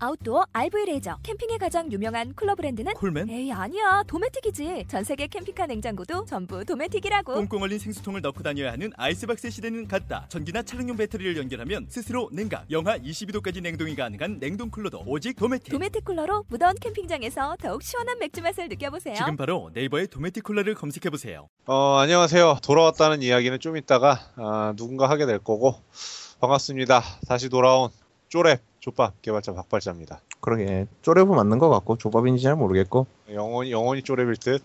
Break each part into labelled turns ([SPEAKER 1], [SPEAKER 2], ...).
[SPEAKER 1] 아웃도어 RV 레저 캠핑에 가장 유명한 쿨러 브랜드는
[SPEAKER 2] 콜맨?
[SPEAKER 1] 에이 아니야 도메틱이지 전 세계 캠핑카 냉장고도 전부 도메틱이라고
[SPEAKER 2] 꽁꽁 얼린 생수통을 넣고 다녀야 하는 아이스박스 시대는 갔다. 전기나 차량용 배터리를 연결하면 스스로 냉각, 영하 22도까지 냉동이 가능한 냉동 쿨러도 오직 도메틱.
[SPEAKER 1] 도메틱 쿨러로 무더운 캠핑장에서 더욱 시원한 맥주 맛을 느껴보세요
[SPEAKER 2] 지금 바로 네이버에 도메틱 쿨러를 검색해 보세요.
[SPEAKER 3] 어, 안녕하세요. 돌아왔다는 이야기는 좀 이따가 아, 누군가 하게 될 거고 반갑습니다. 다시 돌아온 쪼랩 족밥 개발자 박발자입니다.
[SPEAKER 4] 그러게 쪼레브 맞는 것 같고 조밥인지 잘 모르겠고
[SPEAKER 3] 영원히 영원히 쪼랩일 듯.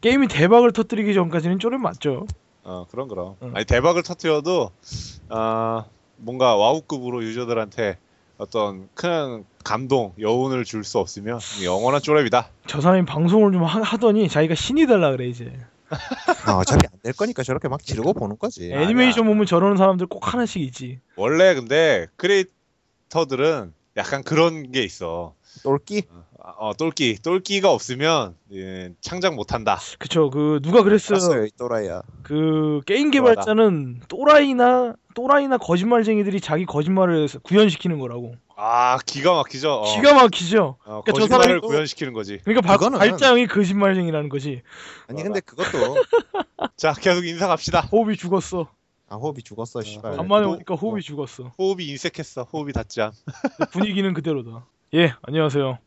[SPEAKER 5] 게임이 대박을 터뜨리기 전까지는 쪼렙 맞죠.
[SPEAKER 3] 어, 그런 그럼.
[SPEAKER 5] 응.
[SPEAKER 3] 아니 대박을 터뜨려도 아, 뭔가 와우급으로 유저들한테 어떤 큰 감동, 여운을 줄 수 없으면 영원한 쪼랩이다.
[SPEAKER 5] 저 사람이 방송을 좀 하, 더니 자기가 신이 달라 그래 이제.
[SPEAKER 4] 아, 어차피 안 될 거니까 저렇게 막 지르고 보는 거지
[SPEAKER 3] 예.
[SPEAKER 5] 애니메이션 보면 저러는 사람들 꼭 하나씩 있지.
[SPEAKER 3] 원래 근데 크리에이터들은 약간 그런 게 있어.
[SPEAKER 4] 똘끼
[SPEAKER 3] 아, 어, 똘끼. 똘끼가 없으면 예, 창작 못 한다.
[SPEAKER 5] 그쵸 그 누가 그랬어요.
[SPEAKER 4] 알았어요 이 또라이야
[SPEAKER 5] 그 게임 개발자는 또라이나 또라이나 거짓말쟁이들이 자기 거짓말을 구현시키는 거라고.
[SPEAKER 3] 아 기가 막히죠. 어.
[SPEAKER 5] 기가 막히죠.
[SPEAKER 3] 어,
[SPEAKER 5] 그러니까 저
[SPEAKER 3] 거짓말을
[SPEAKER 5] 사람이 또-
[SPEAKER 3] 구현시키는 거지.
[SPEAKER 5] 그러니까 발,
[SPEAKER 4] 그거는-
[SPEAKER 5] 발자형이 거짓말쟁이라는 거지.
[SPEAKER 4] 아니 근데 그것도
[SPEAKER 3] 자 계속 인사 갑시다.
[SPEAKER 5] 호흡이 죽었어.
[SPEAKER 4] 아 호흡이 죽었어 씨발
[SPEAKER 5] 간만에
[SPEAKER 4] 또-
[SPEAKER 5] 오니까 호흡이
[SPEAKER 4] 어,
[SPEAKER 5] 죽었어.
[SPEAKER 3] 호흡이 인색했어. 호흡이 닿자.
[SPEAKER 5] 분위기는 그대로다. 예 안녕하세요.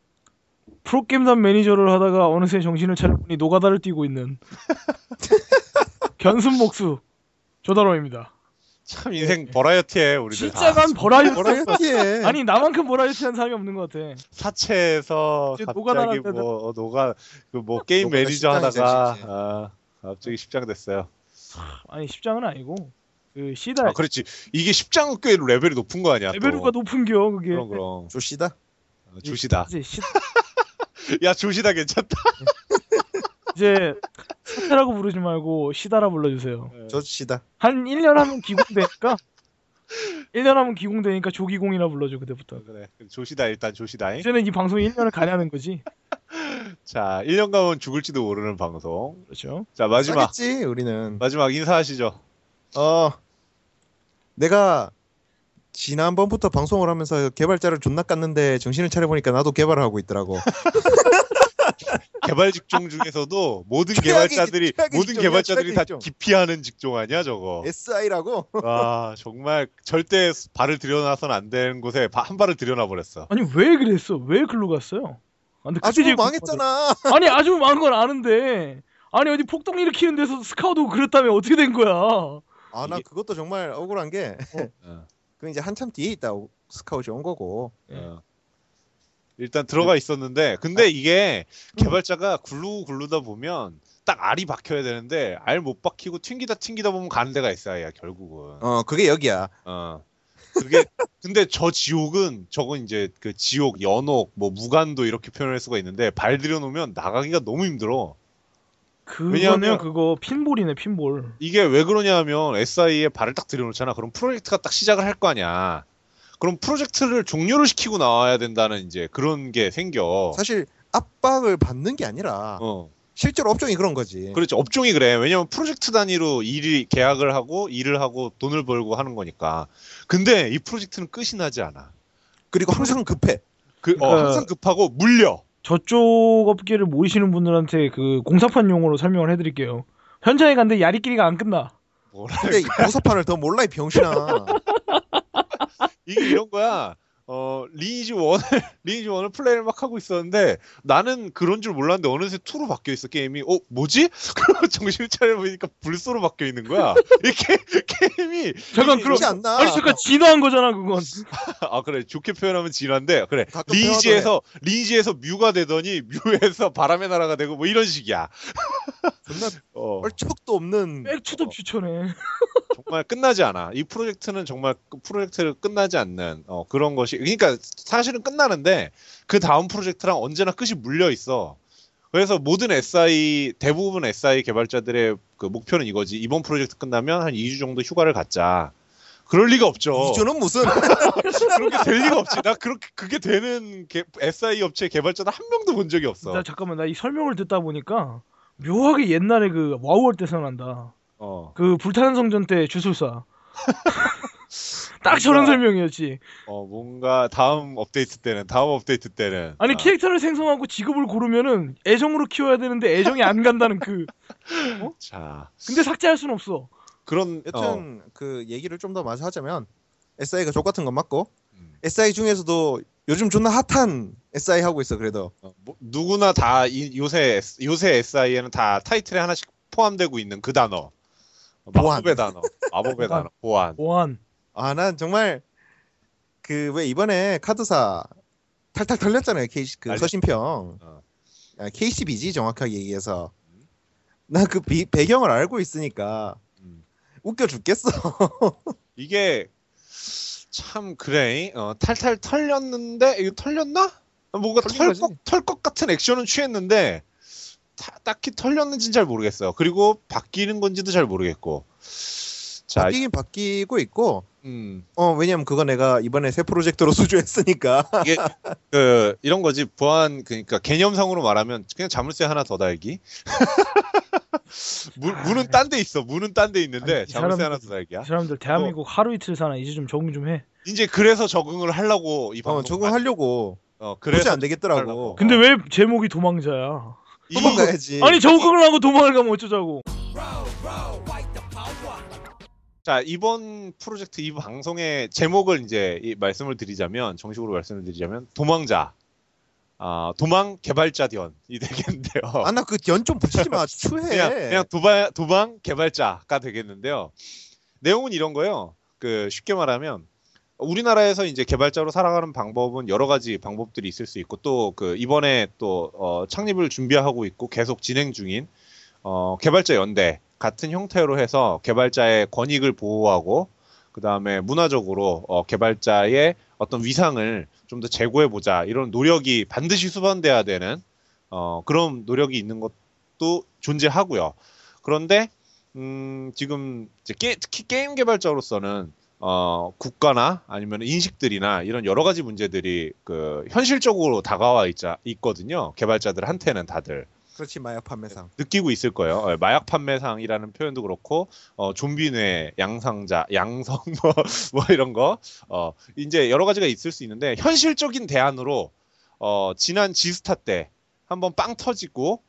[SPEAKER 5] 프로게임단 매니저를 하다가 어느새 정신을 차려보니 노가다를 뛰고 있는 견순 목수 조다로입니다.
[SPEAKER 3] 참 인생 버라이어티해 우리들. 다.
[SPEAKER 5] 네. 진짜 난 버라이어티
[SPEAKER 4] 뭐라 했지
[SPEAKER 5] 아니 나만큼 버라이어티한 사람이 없는 것 같아.
[SPEAKER 3] 사채에서
[SPEAKER 5] 이제
[SPEAKER 3] 갑자기
[SPEAKER 5] 노가다라는
[SPEAKER 3] 뭐 어, 노가 그 뭐 게임
[SPEAKER 4] 노가다
[SPEAKER 3] 매니저
[SPEAKER 4] 식당이지,
[SPEAKER 3] 하다가
[SPEAKER 4] 진짜.
[SPEAKER 3] 아, 갑자기 십장 됐어요.
[SPEAKER 5] 아니 10장은 아니고 그 시달
[SPEAKER 3] 아 그렇지. 이게 십장은 꽤 레벨이 높은 거 아니야? 또.
[SPEAKER 5] 레벨우가 높은겨 그게.
[SPEAKER 3] 그럼 그럼
[SPEAKER 4] 조씨다
[SPEAKER 3] 어, 조시다.
[SPEAKER 5] 이제 시,
[SPEAKER 3] 야 조시다 괜찮다.
[SPEAKER 5] 이제 사태라고 부르지 말고 시다라 불러주세요.
[SPEAKER 4] 조씨다
[SPEAKER 5] 한 1년 하면 기공 되니까 1년 하면 기공 되니까 조기공이라 불러줘 그때부터.
[SPEAKER 3] 그래 조시다 일단 조시다.
[SPEAKER 5] 이제는 이 방송이 1년을 가냐는 거지.
[SPEAKER 3] 자 1년 가면 죽을지도 모르는 방송.
[SPEAKER 5] 그렇죠.
[SPEAKER 3] 자 마지막
[SPEAKER 4] 싸겠지 우리는
[SPEAKER 3] 마지막 인사하시죠.
[SPEAKER 4] 어 내가 지난번부터 방송을 하면서 개발자를 존나 깠는데 정신을 차려보니까 나도 개발을 하고 있더라고
[SPEAKER 3] 개발 직종 중에서도 모든
[SPEAKER 4] 최악의
[SPEAKER 3] 개발자들이
[SPEAKER 4] 직- 최악의
[SPEAKER 3] 모든
[SPEAKER 4] 직종이야,
[SPEAKER 3] 개발자들이
[SPEAKER 4] 최악의
[SPEAKER 3] 다
[SPEAKER 4] 직종. 예.
[SPEAKER 3] 기피하는 직종 아니야 저거.
[SPEAKER 4] SI라고
[SPEAKER 3] 아 정말 절대 발을 들여놔선 안 되는 곳에 바- 한 발을 들여놔 버렸어.
[SPEAKER 5] 아니 왜 그랬어? 왜 글로 갔어요? 아, 근데 그때
[SPEAKER 4] 아주
[SPEAKER 5] 제일
[SPEAKER 4] 망했잖아
[SPEAKER 5] 궁금하다. 아니 아주 망한 건 아는데. 아니 어디 폭동 일으키는 데서 스카우트 오고 그랬다며 어떻게 된 거야?
[SPEAKER 4] 아 나
[SPEAKER 3] 이게-
[SPEAKER 4] 그것도 정말 억울한 게
[SPEAKER 3] 어.
[SPEAKER 4] 그 이제 한참 뒤에 있다 스카웃이 온 거고
[SPEAKER 5] 예.
[SPEAKER 3] 어. 일단 들어가 있었는데 근데 이게 개발자가 굴르고 굴르다 보면 딱 알이 박혀야 되는데 알 못 박히고 튕기다 튕기다 보면 가는 데가 있어야 결국은.
[SPEAKER 4] 어 그게 여기야
[SPEAKER 3] 어. 그게 근데 저 지옥은 저건 이제 그 지옥, 연옥, 뭐 무간도 이렇게 표현할 수가 있는데 발 들여놓으면 나가기가 너무 힘들어.
[SPEAKER 5] 그거면
[SPEAKER 3] 왜냐하면-
[SPEAKER 5] 그거 핀볼이네 핀볼.
[SPEAKER 3] 이게 왜 그러냐면 SI에 발을 딱 들여놓잖아. 그럼 프로젝트가 딱 시작을 할 거 아니야. 그럼 프로젝트를 종료를 시키고 나와야 된다는 이제 그런 게 생겨.
[SPEAKER 4] 사실 압박을 받는 게 아니라
[SPEAKER 3] 어.
[SPEAKER 4] 실제로 업종이 그런 거지.
[SPEAKER 3] 그렇지. 업종이 그래. 왜냐면 프로젝트 단위로 일이 계약을 하고 일을 하고 돈을 벌고 하는 거니까. 근데 이 프로젝트는 끝이 나지 않아.
[SPEAKER 4] 그, 리고 항상 급해.
[SPEAKER 3] 그 어,
[SPEAKER 5] 그러니까-
[SPEAKER 3] 항상 급하고 물려.
[SPEAKER 5] 저쪽 업계를 모이시는 분들한테 그 공사판 용어로 설명을 해드릴게요. 현장에 갔는데 야리끼리가 안 끝나.
[SPEAKER 3] 뭐라
[SPEAKER 4] 근데 이 보사판을 더 몰라 이 병신아.
[SPEAKER 3] 이게 이런 거야. 어, 리니지 원을, 리니지 원을 플레이를 막 하고 있었는데, 나는 그런 줄 몰랐는데, 어느새 2로 바뀌어 있어, 게임이. 어, 뭐지? 그러고 정신을 차려보니까 불소로 바뀌어 있는 거야. 이게, 게임이.
[SPEAKER 5] 잠깐
[SPEAKER 3] 이게
[SPEAKER 5] 그럼
[SPEAKER 4] 그렇지 않나?
[SPEAKER 5] 아니 잠깐 진화한 거잖아 그건.
[SPEAKER 3] 아, 그래. 좋게 표현하면 진한데, 그래.
[SPEAKER 4] 가끔
[SPEAKER 3] 리니지에서, 리니지에서 뮤가 되더니, 뮤에서 바람의 나라가 되고, 뭐 이런 식이야.
[SPEAKER 4] 존나
[SPEAKER 3] 어,
[SPEAKER 4] 얼척도 없는
[SPEAKER 5] 백투더 추천해.
[SPEAKER 3] 정말 끝나지 않아. 이 프로젝트는 정말 그 프로젝트를 끝나지 않는, 어, 그런 것이. 그러니까 사실은 끝나는데, 그 다음 프로젝트랑 언제나 끝이 물려 있어. 그래서 모든 SI 대부분 SI 개발자들의 그 목표는 이거지. 이번 프로젝트 끝나면 한 2주 정도 휴가를 갖자. 그럴 리가 없죠.
[SPEAKER 4] 이주는 무슨
[SPEAKER 5] 어.
[SPEAKER 3] 그렇게 될 리가 없지. 나 그렇게 그게 되는 개- SI 업체 개발자는 한 명도 본 적이 없어.
[SPEAKER 5] 나 잠깐만 나 이 설명을 듣다 보니까 묘하게 옛날에 그 와우월 때 생각난다.
[SPEAKER 3] 어,
[SPEAKER 5] 그 불타는 성전 때 주술사. 딱 저런
[SPEAKER 3] 뭔가-
[SPEAKER 4] 아.
[SPEAKER 5] 설명이었지.
[SPEAKER 3] 어, 뭔가 다음 업데이트 때는 다음 업데이트 때는
[SPEAKER 5] 아니
[SPEAKER 3] 아,
[SPEAKER 5] 캐릭터를 생성하고 직업을 고르면은 애정으로 키워야 되는데 애정이 안 간다는 그.
[SPEAKER 3] 자
[SPEAKER 5] 근데 삭제할 순 없어.
[SPEAKER 3] 그런 어,
[SPEAKER 4] 여튼 그 얘기를 좀 더 마저 하자면 SI가 족 같은 건 맞고
[SPEAKER 3] 음.
[SPEAKER 4] SI 중에서도 요즘 존나 핫한 SI 하고 있어 그래도
[SPEAKER 3] 어, 뭐, 누구나 다 이- 요새 S- 요새 SI에는 다 타이틀에 하나씩 포함되고 있는 그 단어 마법의 단어 마법의 단어 보안
[SPEAKER 5] 보안.
[SPEAKER 4] 아 난 정말 그 왜 이번에 카드사 탈탈 털렸잖아요 KC 그
[SPEAKER 3] 알죠.
[SPEAKER 4] 서신평
[SPEAKER 3] 어.
[SPEAKER 4] 아, KCBG 정확하게 얘기해서 난 그 배경을 알고 있으니까
[SPEAKER 3] 음.
[SPEAKER 4] 웃겨 죽겠어
[SPEAKER 3] 이게 참 그래 어, 탈탈 털렸는데 이거 털렸나? 아, 뭔가
[SPEAKER 4] 털린
[SPEAKER 3] 털것
[SPEAKER 4] 거지.
[SPEAKER 3] 털것 같은 액션은 취했는데 타- 딱히 털렸는지는 잘 모르겠어요. 그리고 바뀌는 건지도 잘 모르겠고 자
[SPEAKER 4] 바뀌긴 바뀌고 있고
[SPEAKER 3] 음,
[SPEAKER 4] 어 왜냐면 그거 내가 이번에 새 프로젝트로 수주했으니까 어,
[SPEAKER 3] 이게 그 이런 거지 보안 그러니까 개념상으로 말하면 그냥 자물쇠 하나 더 달기
[SPEAKER 4] 아,
[SPEAKER 3] 문,
[SPEAKER 4] 네.
[SPEAKER 3] 문은 딴 데 있어 문은 딴 데 있는데
[SPEAKER 5] 아니, 이
[SPEAKER 3] 자물쇠
[SPEAKER 5] 사람들-
[SPEAKER 3] 하나 더 달기야
[SPEAKER 5] 이 사람들 대한민국 하루 이틀 사나 이제 좀 적응 좀 해.
[SPEAKER 3] 이제 그래서 적응을 하려고 이
[SPEAKER 4] 어
[SPEAKER 3] 방송
[SPEAKER 4] 적응하려고
[SPEAKER 3] 어,
[SPEAKER 4] 그러지
[SPEAKER 3] 그래서
[SPEAKER 4] 안 되겠더라고
[SPEAKER 5] 근데 왜 제목이 도망자야?
[SPEAKER 3] 이-
[SPEAKER 4] 도망가야지
[SPEAKER 5] 아니 적응을 하고 도망을 가면 어쩌자고.
[SPEAKER 3] 자, 이번 프로젝트 이 방송의 제목을 이제 이 말씀을 드리자면, 정식으로 말씀을 드리자면, 도망자. 아, 도망 개발자 련이 되겠는데요.
[SPEAKER 4] 아 나 그 연 좀 붙이지 마 추해
[SPEAKER 3] 그냥, 그냥 도바, 도망 개발자가 되겠는데요. 내용은 이런 거예요. 그, 쉽게 말하면, 우리나라에서 이제 개발자로 살아가는 방법은 여러 가지 방법들이 있을 수 있고, 또 그, 이번에 또, 어, 창립을 준비하고 있고, 계속 진행 중인, 어, 개발자 연대 같은 형태로 해서 개발자의 권익을 보호하고, 그 다음에 문화적으로, 어, 개발자의 어떤 위상을 좀 더 제고해보자, 이런 노력이 반드시 수반돼야 되는, 어, 그런 노력이 있는 것 또 존재하고요. 그런데 음, 지금 이제 게- 특히 게임 개발자로서는 어, 국가나 아니면 인식들이나 이런 여러 가지 문제들이 그 현실적으로 다가와 있자, 있거든요. 개발자들한테는 다들
[SPEAKER 4] 그렇지 마약 판매상
[SPEAKER 3] 느끼고 있을 거예요. 어, 마약 판매상이라는 표현도 그렇고 어, 좀비뇌, 양상자, 양성 뭐, 뭐 이런 거 어, 이제 여러 가지가 있을 수 있는데 현실적인 대안으로 어, 지난 지스타 때 한번 빵 터지고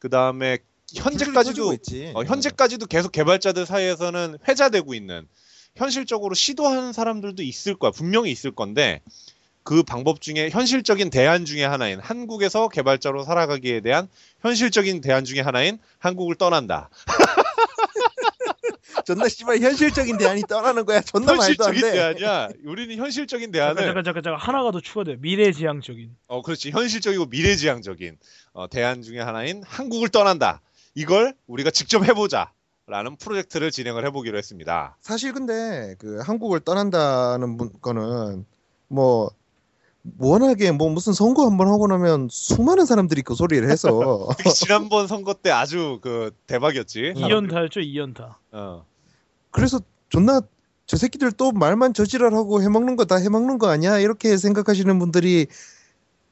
[SPEAKER 3] 그 다음에
[SPEAKER 4] 줄을
[SPEAKER 3] 현재까지도
[SPEAKER 4] 서지고 있지.
[SPEAKER 3] 어, 현재까지도 계속 개발자들 사이에서는 회자되고 있는 현실적으로 시도하는 사람들도 있을 거야 분명히 있을 건데 그 방법 중에 현실적인 대안 중에 하나인 한국에서 개발자로 살아가기에 대한 현실적인 대안 중에 하나인 한국을 떠난다
[SPEAKER 4] 존나 씨발 현실적인 대안이 떠나는 거야 존나 말도
[SPEAKER 3] 현실적인
[SPEAKER 4] 안돼
[SPEAKER 3] 대안이야 우리는 현실적인
[SPEAKER 4] 네.
[SPEAKER 5] 잠깐
[SPEAKER 3] 대안을
[SPEAKER 5] 잠깐 잠깐 잠깐 하나가 더 추가돼. 미래지향적인.
[SPEAKER 3] 어, 그렇지. 현실적이고 미래지향적인 어, 대안 중에 하나인 한국을 떠난다. 이걸 우리가 직접 해보자. 라는 프로젝트를 진행을 해보기로 했습니다.
[SPEAKER 4] 사실 근데 그 한국을 떠난다는 분- 거는 뭐 워낙에 뭐 무슨 선거 한 번 하고 나면 수많은 사람들이 그 소리를 해서
[SPEAKER 3] 특히 지난번 선거 때 아주 그 대박이었지.
[SPEAKER 4] 아,
[SPEAKER 3] 사람들.
[SPEAKER 5] 2연타였죠 2연타.
[SPEAKER 3] 어.
[SPEAKER 4] 그래서 존나 저 새끼들 또 말만 저지랄하고 해먹는 거 다 해먹는 거 아니야 이렇게 생각하시는 분들이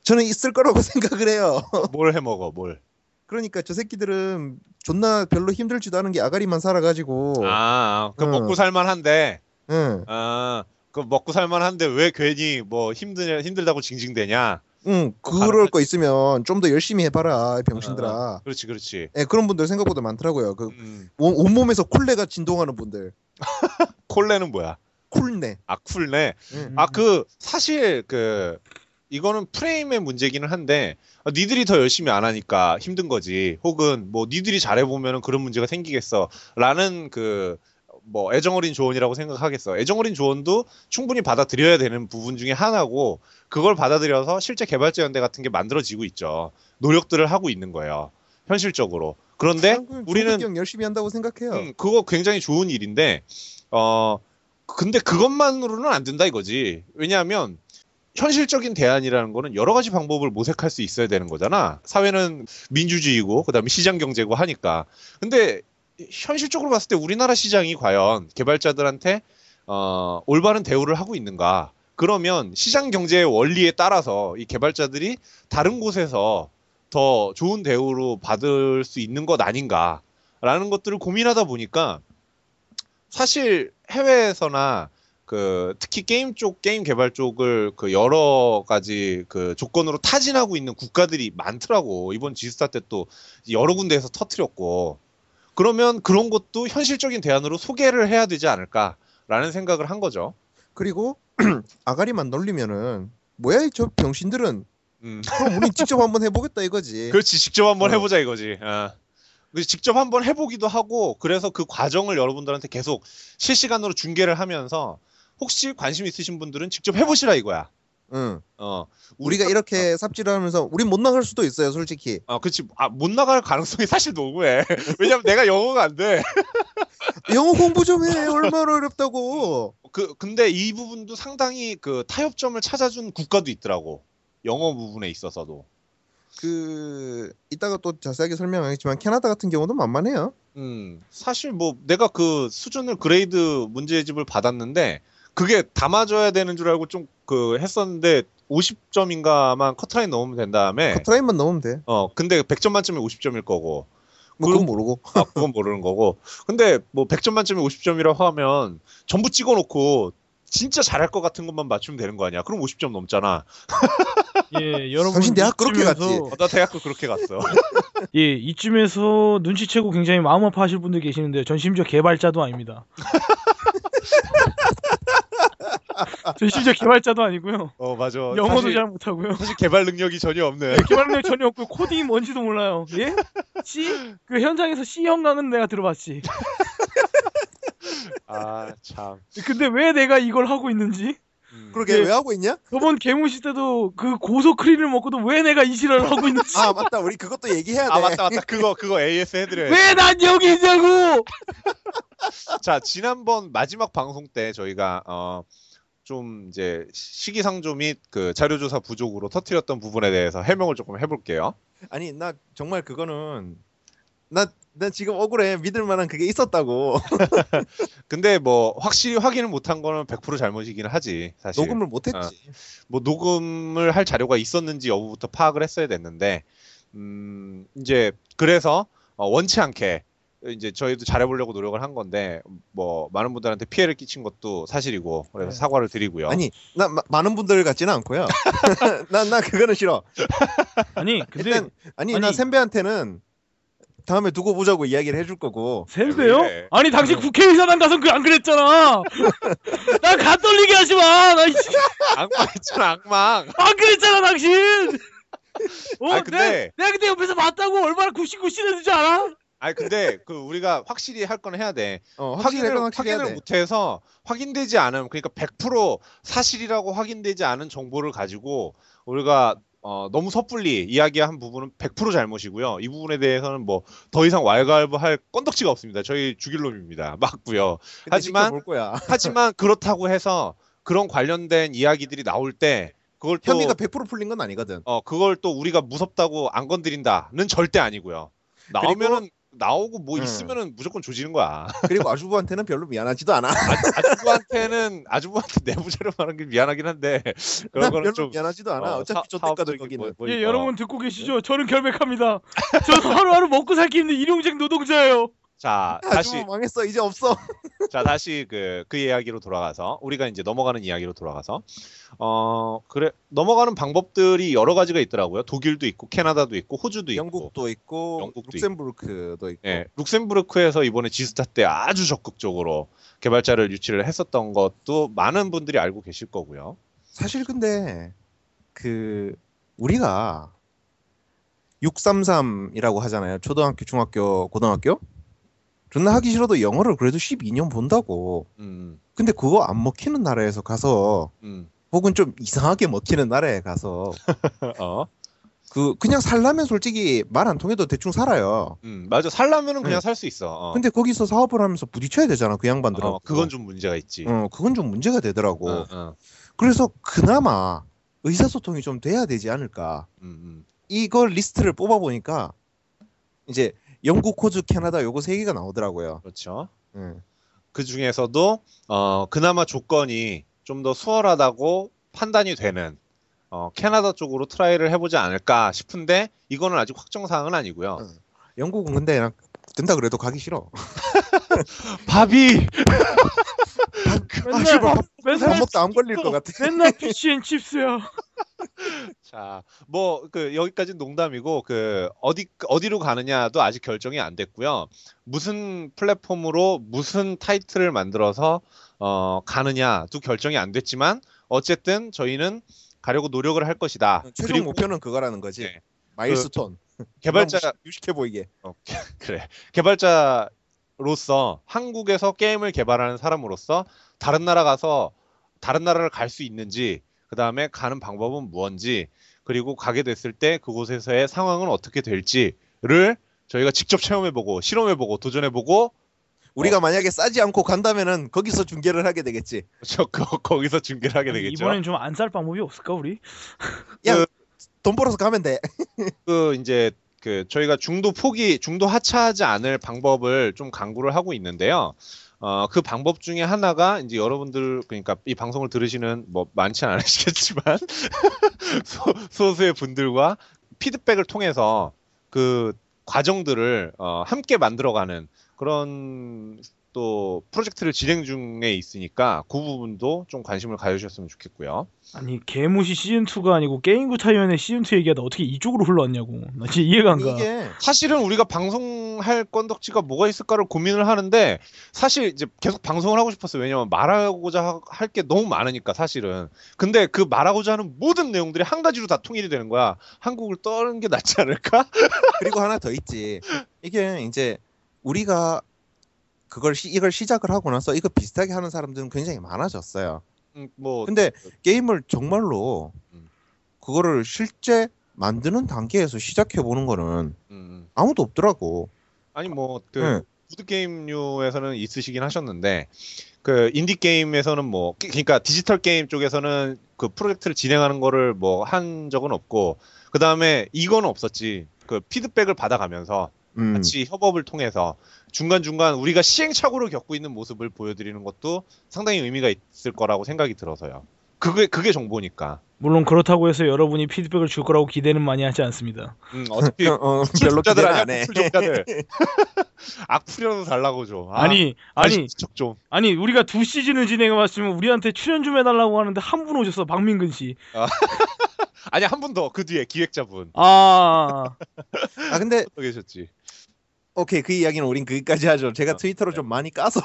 [SPEAKER 4] 저는 있을 거라고 생각을 해요.
[SPEAKER 3] 뭘 해먹어, 뭘.
[SPEAKER 4] 그러니까 저 새끼들은 존나 별로 힘들지도 않은 게 아가리만 살아가지고,
[SPEAKER 3] 아, 아, 그
[SPEAKER 4] 응.
[SPEAKER 3] 먹고 살만한데,
[SPEAKER 4] 응,
[SPEAKER 3] 아, 그 먹고 살만한데 왜 괜히 뭐 힘드냐, 힘들다고 징징대냐.
[SPEAKER 4] 응, 음, 그럴 거 있으면 좀 더 열심히 해봐라 이 병신들아.
[SPEAKER 3] 그렇지, 그렇지.
[SPEAKER 4] 예, 그런 분들 생각보다 많더라고요. 그
[SPEAKER 3] 음,
[SPEAKER 4] 온- 온몸에서 콜레가 진동하는 분들,
[SPEAKER 3] 콜레는 뭐야?
[SPEAKER 4] 콜레.
[SPEAKER 3] 아, 쿨네.
[SPEAKER 4] 응.
[SPEAKER 3] 아, 그, 사실, 그, 이거는 프레임의 문제기는 한데, 아, 니들이 더 열심히 안 하니까 힘든 거지. 혹은, 뭐, 니들이 잘해보면 그런 문제가 생기겠어. 라는 그, 뭐, 애정어린 조언이라고 생각하겠어. 애정어린 조언도 충분히 받아들여야 되는 부분 중에 하나고, 그걸 받아들여서 실제 개발자 연대 같은 게 만들어지고 있죠. 노력들을 하고 있는 거예요. 현실적으로. 그런데
[SPEAKER 4] 한국은
[SPEAKER 3] 우리는
[SPEAKER 4] 경영 열심히 한다고 생각해요.
[SPEAKER 3] 음, 그거 굉장히 좋은 일인데, 어, 근데 그것만으로는 안 된다 이거지. 왜냐하면 현실적인 대안이라는 거는 여러 가지 방법을 모색할 수 있어야 되는 거잖아. 사회는 민주주의고 그다음에 시장 경제고 하니까. 근데 현실적으로 봤을 때 우리나라 시장이 과연 개발자들한테 어, 올바른 대우를 하고 있는가? 그러면 시장 경제의 원리에 따라서 이 개발자들이 다른 곳에서 더 좋은 대우로 받을 수 있는 것 아닌가라는 것들을 고민하다 보니까 사실 해외에서나 그 특히 게임 쪽 게임 개발 쪽을 그 여러 가지 그 조건으로 타진하고 있는 국가들이 많더라고 이번 지스타 때 또 여러 군데에서 터트렸고 그러면 그런 것도 현실적인 대안으로 소개를 해야 되지 않을까라는 생각을 한 거죠.
[SPEAKER 4] 그리고 아가리만 놀리면은 뭐야 이 저 병신들은
[SPEAKER 3] 음.
[SPEAKER 4] 그럼 우리 직접 한번 해보겠다 이거지.
[SPEAKER 3] 그렇지 직접 한번
[SPEAKER 4] 어.
[SPEAKER 3] 해보자 이거지. 아. 근데 직접 한번 해보기도 하고 그래서 그 과정을 여러분들한테 계속 실시간으로 중계를 하면서 혹시 관심 있으신 분들은 직접 해보시라 이거야.
[SPEAKER 4] 응.
[SPEAKER 3] 어
[SPEAKER 4] 우리가 이렇게 삽질을 하면서 우린 못 나갈 수도 있어요 솔직히.
[SPEAKER 3] 아 그렇지 못 나갈 가능성이 사실 노구해. 왜냐면 내가 영어가 안 돼.
[SPEAKER 4] 영어 공부 좀 해. 얼마나 어렵다고.
[SPEAKER 3] 그 근데 이 부분도 상당히 그 타협점을 찾아준 국가도 있더라고. 영어 부분에 있어서도.
[SPEAKER 4] 그 이따가 또 자세하게 설명하겠지만 캐나다 같은 경우도 만만해요.
[SPEAKER 3] 음, 사실 뭐 내가 그 수준을 그레이드 문제집을 받았는데 그게 담아줘야 되는 줄 알고 좀 그 했었는데 50점인가만 커트라인 넣으면 된 다음에
[SPEAKER 4] 트라이만 넣으면 돼.
[SPEAKER 3] 어 근데 100점 만점에 50점일 거고
[SPEAKER 4] 뭐
[SPEAKER 3] 그럼-
[SPEAKER 4] 그건 모르고.
[SPEAKER 3] 아 그건 모르는 거고 근데 뭐 100점 만점에 50점이라고 하면 전부 찍어놓고 진짜 잘할 것 같은 것만 맞추면 되는 거 아니야? 그럼 50점 넘잖아.
[SPEAKER 5] 예, 여러분.
[SPEAKER 4] 당신 대학 그렇게 갔지?
[SPEAKER 5] 이쯤에서-
[SPEAKER 3] 어, 나 대학교 그렇게 갔어.
[SPEAKER 5] 예, 이쯤에서 눈치채고 굉장히 마음 아파하실 분들 계시는데 전 심지어 개발자도 아닙니다. 전 심지어 개발자도 아니고요.
[SPEAKER 3] 어 맞아.
[SPEAKER 5] 영어도
[SPEAKER 3] 사실,
[SPEAKER 5] 잘 못하고요.
[SPEAKER 3] 사실 개발 능력이 전혀 없네.
[SPEAKER 5] 개발 능력 전혀 없고 코딩이 뭔지도 몰라요. 예? C? 그 현장에서 C 형광은 내가 들어봤지.
[SPEAKER 3] 아 참.
[SPEAKER 5] 근데 왜 내가 이걸 하고 있는지?
[SPEAKER 3] 음.
[SPEAKER 4] 그러게
[SPEAKER 5] 예.
[SPEAKER 4] 왜 하고 있냐?
[SPEAKER 5] 저번 개무시 때도 그 고소 크리를 먹고도 왜 내가 이 실화를 하고 있는지?
[SPEAKER 4] 아 맞다. 우리 그것도 얘기해야 돼.
[SPEAKER 3] 아 맞다 맞다 그거 그거 AS 해드려야 돼.
[SPEAKER 5] 왜 난 여기 있냐고!
[SPEAKER 3] 자, 지난번 마지막 방송 때 저희가 어, 좀 이제 시기상조 및 그 자료조사 부족으로 터뜨렸던 부분에 대해서 해명을 조금 해볼게요.
[SPEAKER 4] 아니 나 정말 그거는 나 나 지금 억울해. 믿을 만한 그게 있었다고.
[SPEAKER 3] 근데 뭐 확실히 확인을 못한 거는 100% 잘못이긴 하지. 사실
[SPEAKER 4] 녹음을 못했지.
[SPEAKER 3] 아. 뭐 녹음을 할 자료가 있었는지 여부부터 파악을 했어야 됐는데 음, 이제 그래서 어, 원치 않게 이제 저희도 잘해보려고 노력을 한 건데 뭐 많은 분들한테 피해를 끼친 것도 사실이고 그래서
[SPEAKER 5] 네.
[SPEAKER 3] 사과를 드리고요.
[SPEAKER 4] 아니 나 마- 많은 분들 같지는 않고요. 난 나 그거는 싫어.
[SPEAKER 5] 아니, 근데
[SPEAKER 4] 일단 아니, 나
[SPEAKER 5] 아니.
[SPEAKER 4] 선배한테는 다음에 두고 보자고 이야기를 해줄 거고.
[SPEAKER 3] 왜 음.
[SPEAKER 5] 셀베요?
[SPEAKER 3] 이래?
[SPEAKER 5] 아니 당신 국회의사당 가서 그 안 그랬잖아. 난 간떨리게 하지 마. 나 이-
[SPEAKER 3] 악망 있잖아 악망.
[SPEAKER 5] 안 그랬잖아 당신. 어,
[SPEAKER 3] 아니, 근데-
[SPEAKER 5] 내가, 내가 그때 옆에서 봤다고 얼마나 굽신굽신 했는지 알아? 예,
[SPEAKER 3] 아니 근데 그 우리가 확실히 할 건 해야 돼.
[SPEAKER 4] 어, 확실히
[SPEAKER 3] 확인을
[SPEAKER 4] 건 확실히 해야
[SPEAKER 3] 확인을
[SPEAKER 4] 돼.
[SPEAKER 3] 못해서 확인되지 않음 그러니까 100% 사실이라고 확인되지 않은 정보를 가지고 우리가 어, 너무 섣불리 이야기한 부분은 100% 잘못이고요. 이 부분에 대해서는 뭐 더 이상 왈가왈부할 건덕지가 없습니다. 저희 죽일 놈입니다. 맞고요.
[SPEAKER 4] 근데
[SPEAKER 3] 하지만-
[SPEAKER 4] 지켜볼 거야.
[SPEAKER 3] 하지만 그렇다고 해서 그런 관련된 이야기들이 나올 때 그걸 또
[SPEAKER 4] 혐의가 100% 풀린 건 아니거든.
[SPEAKER 3] 어, 그걸 또 우리가 무섭다고 안 건드린다는 절대 아니고요. 나오면은 나오고 뭐
[SPEAKER 4] 음.
[SPEAKER 3] 있으면은 무조건 조지는 거야.
[SPEAKER 4] 그리고 아주부한테는 별로 미안하지도 않아.
[SPEAKER 3] 아주부한테는 아주부한테 내부 자료 말하는 게 미안하긴 한데
[SPEAKER 4] 난
[SPEAKER 3] 그런
[SPEAKER 4] 별로
[SPEAKER 3] 거는 좀
[SPEAKER 4] 미안하지도 않아.
[SPEAKER 3] 어,
[SPEAKER 4] 어차피
[SPEAKER 3] 사-
[SPEAKER 4] 저 때까지
[SPEAKER 3] 사업적인
[SPEAKER 4] 거기는.
[SPEAKER 3] 뭐- 뭐
[SPEAKER 5] 예,
[SPEAKER 3] 있고.
[SPEAKER 5] 여러분 듣고 계시죠? 저는 결백합니다. 저는 하루하루 먹고 살기 힘든 일용직 노동자예요.
[SPEAKER 3] 자
[SPEAKER 4] 아주부
[SPEAKER 3] 다시
[SPEAKER 4] 망했어. 이제 없어.
[SPEAKER 3] 자 다시 그 그 이야기로 돌아가서 우리가 이제 넘어가는 이야기로 돌아가서 어 그래 넘어가는 방법들이 여러 가지가 있더라고요. 독일도 있고 캐나다도 있고 호주도 있고
[SPEAKER 4] 영국도 있고,
[SPEAKER 3] 영국도
[SPEAKER 4] 룩셈부르크도 있고.
[SPEAKER 3] 예, 룩셈부르크에서 이번에 지스타 때 아주 적극적으로 개발자를 유치를 했었던 것도 많은 분들이 알고 계실 거고요.
[SPEAKER 4] 사실 근데 그 우리가 633이라고 하잖아요. 초등학교, 중학교, 고등학교. 존나 하기 싫어도 영어를 그래도 12년 본다고.
[SPEAKER 3] 음,
[SPEAKER 4] 근데 그거 안 먹히는 나라에서 가서
[SPEAKER 3] 음,
[SPEAKER 4] 혹은 좀 이상하게 먹히는 나라에 가서
[SPEAKER 3] 어,
[SPEAKER 4] 그 그냥 살라면 솔직히 말 안 통해도 대충 살아요.
[SPEAKER 3] 음, 맞아. 살라면은 그냥
[SPEAKER 4] 네.
[SPEAKER 3] 살 수 있어. 어.
[SPEAKER 4] 근데 거기서 사업을 하면서 부딪혀야 되잖아 그 양반들하고.
[SPEAKER 3] 어, 그건 어, 좀 문제가 있지.
[SPEAKER 4] 어, 그건 좀 문제가 되더라고.
[SPEAKER 3] 어, 어.
[SPEAKER 4] 그래서 그나마 의사소통이 좀 돼야 되지 않을까.
[SPEAKER 3] 음,
[SPEAKER 4] 이걸 리스트를 뽑아보니까 이제 영국, 호주, 캐나다 요거 세 개가 나오더라고요.
[SPEAKER 3] 그렇죠.
[SPEAKER 4] 예.
[SPEAKER 3] 그 중에서도 어, 그나마 조건이 좀 더 수월하다고 판단이 되는 어, 캐나다 쪽으로 트라이를 해보지 않을까 싶은데 이거는 아직 확정 사항은 아니고요.
[SPEAKER 4] 응. 영국은 근데 그냥 된다 그래도 가기 싫어.
[SPEAKER 3] 밥이
[SPEAKER 4] 아,
[SPEAKER 5] 맨날
[SPEAKER 3] 뭐.
[SPEAKER 4] 씨발, 밥, 밥
[SPEAKER 5] 맨날
[SPEAKER 4] 먹다 안 걸릴 것 같아.
[SPEAKER 5] 맨날 피시앤칩스야.
[SPEAKER 3] 자, 뭐 그 여기까지는 농담이고 그 어디 어디로 가느냐도 아직 결정이 안 됐고요. 무슨 플랫폼으로 무슨 타이틀을 만들어서 어, 가느냐도 결정이 안 됐지만 어쨌든 저희는 가려고 노력을 할 것이다.
[SPEAKER 4] 최종
[SPEAKER 3] 그리고
[SPEAKER 4] 목표는 그거라는 거지.
[SPEAKER 3] 네.
[SPEAKER 4] 마일스톤.
[SPEAKER 3] 개발자
[SPEAKER 4] 유식해 보이게.
[SPEAKER 3] 어, 그래. 개발자로서 한국에서 게임을 개발하는 사람으로서 다른 나라 가서 다른 나라를 갈 수 있는지, 그 다음에 가는 방법은 무언지, 그리고 가게 됐을 때 그곳에서의 상황은 어떻게 될지를 저희가 직접 체험해보고, 실험해보고, 도전해보고, 어.
[SPEAKER 4] 우리가 만약에 싸지 않고 간다면은 거기서 중계를 하게 되겠지.
[SPEAKER 3] 저 거, 거기서 중계를 하게 되겠죠.
[SPEAKER 5] 이번엔 좀 안 쌀 방법이 없을까 우리?
[SPEAKER 4] 돈 벌어서 가면 돼.
[SPEAKER 3] 그 이제 그 저희가 중도 포기, 중도 하차하지 않을 방법을 좀 강구를 하고 있는데요. 어, 그 방법 중에 하나가 이제 여러분들 그러니까 이 방송을 들으시는 뭐 많지는 않으시겠지만 소, 수의 분들과 피드백을 통해서 그 과정들을 어, 함께 만들어가는 그런 또 프로젝트를 진행 중에 있으니까 그 부분도 좀 관심을 가져주셨으면 좋겠고요.
[SPEAKER 5] 아니 개무시 시즌 2가 아니고 게임구 차이원의 시즌 2 얘기하다 어떻게 이쪽으로 흘러왔냐고. 나 진짜 이해가 안 가.
[SPEAKER 4] 이게
[SPEAKER 3] 사실은 우리가 방송할 건덕지가 뭐가 있을까를 고민을 하는데 사실 이제 계속 방송을 하고 싶었어요. 왜냐면 말하고자 할 게 너무 많으니까 사실은. 근데 그 말하고자 하는 모든 내용들이 한 가지로 다 통일이 되는 거야. 한국을 떠는 게 낫지 않을까?
[SPEAKER 4] 그리고 하나 더 있지. 이게 이제 우리가 그걸 시- 이걸 시작을 하고 나서 이거 비슷하게 하는 사람들은 굉장히 많아졌어요.
[SPEAKER 3] 음, 뭐
[SPEAKER 4] 근데 게임을 정말로
[SPEAKER 3] 음.
[SPEAKER 4] 그거를 실제 만드는 단계에서 시작해 보는 거는
[SPEAKER 3] 음,
[SPEAKER 4] 아무도 없더라고.
[SPEAKER 3] 아니 뭐그
[SPEAKER 4] 네.
[SPEAKER 3] 푸드 게임류에서는 있으시긴 하셨는데 그 인디 게임에서는 뭐 게- 그러니까 디지털 게임 쪽에서는 그 프로젝트를 진행하는 거를 뭐 한 적은 없고 그 다음에 이건 없었지. 그 피드백을 받아가면서
[SPEAKER 4] 음.
[SPEAKER 3] 같이 협업을 통해서 중간중간 우리가 시행착오를 겪고 있는 모습을 보여드리는 것도 상당히 의미가 있을 거라고 생각이 들어서요. 그게 그게 정보니까.
[SPEAKER 5] 물론 그렇다고 해서 여러분이 피드백을 줄 거라고 기대는 많이 하지 않습니다.
[SPEAKER 3] 음, 어차피
[SPEAKER 4] 어, 어, 별로
[SPEAKER 3] 출자들
[SPEAKER 4] 기대는
[SPEAKER 3] 아니야
[SPEAKER 4] 안 해.
[SPEAKER 3] 출자들. 악플이라도 달라고 줘. 아,
[SPEAKER 5] 아, 니 아니
[SPEAKER 3] 척 좀.
[SPEAKER 5] 아니 우리가 두 시즌을 진행해왔으면 우리한테 출연 좀 해달라고 하는데 한 분 오셨어 박민근 씨.
[SPEAKER 3] 아니 한 분 더 그 뒤에 기획자분
[SPEAKER 5] 아
[SPEAKER 4] 아 근데
[SPEAKER 3] 또 계셨지.
[SPEAKER 4] 오케이 그 이야기는 우린 거기까지 하죠. 제가
[SPEAKER 3] 어,
[SPEAKER 4] 트위터로
[SPEAKER 3] 네.
[SPEAKER 4] 좀 많이 까서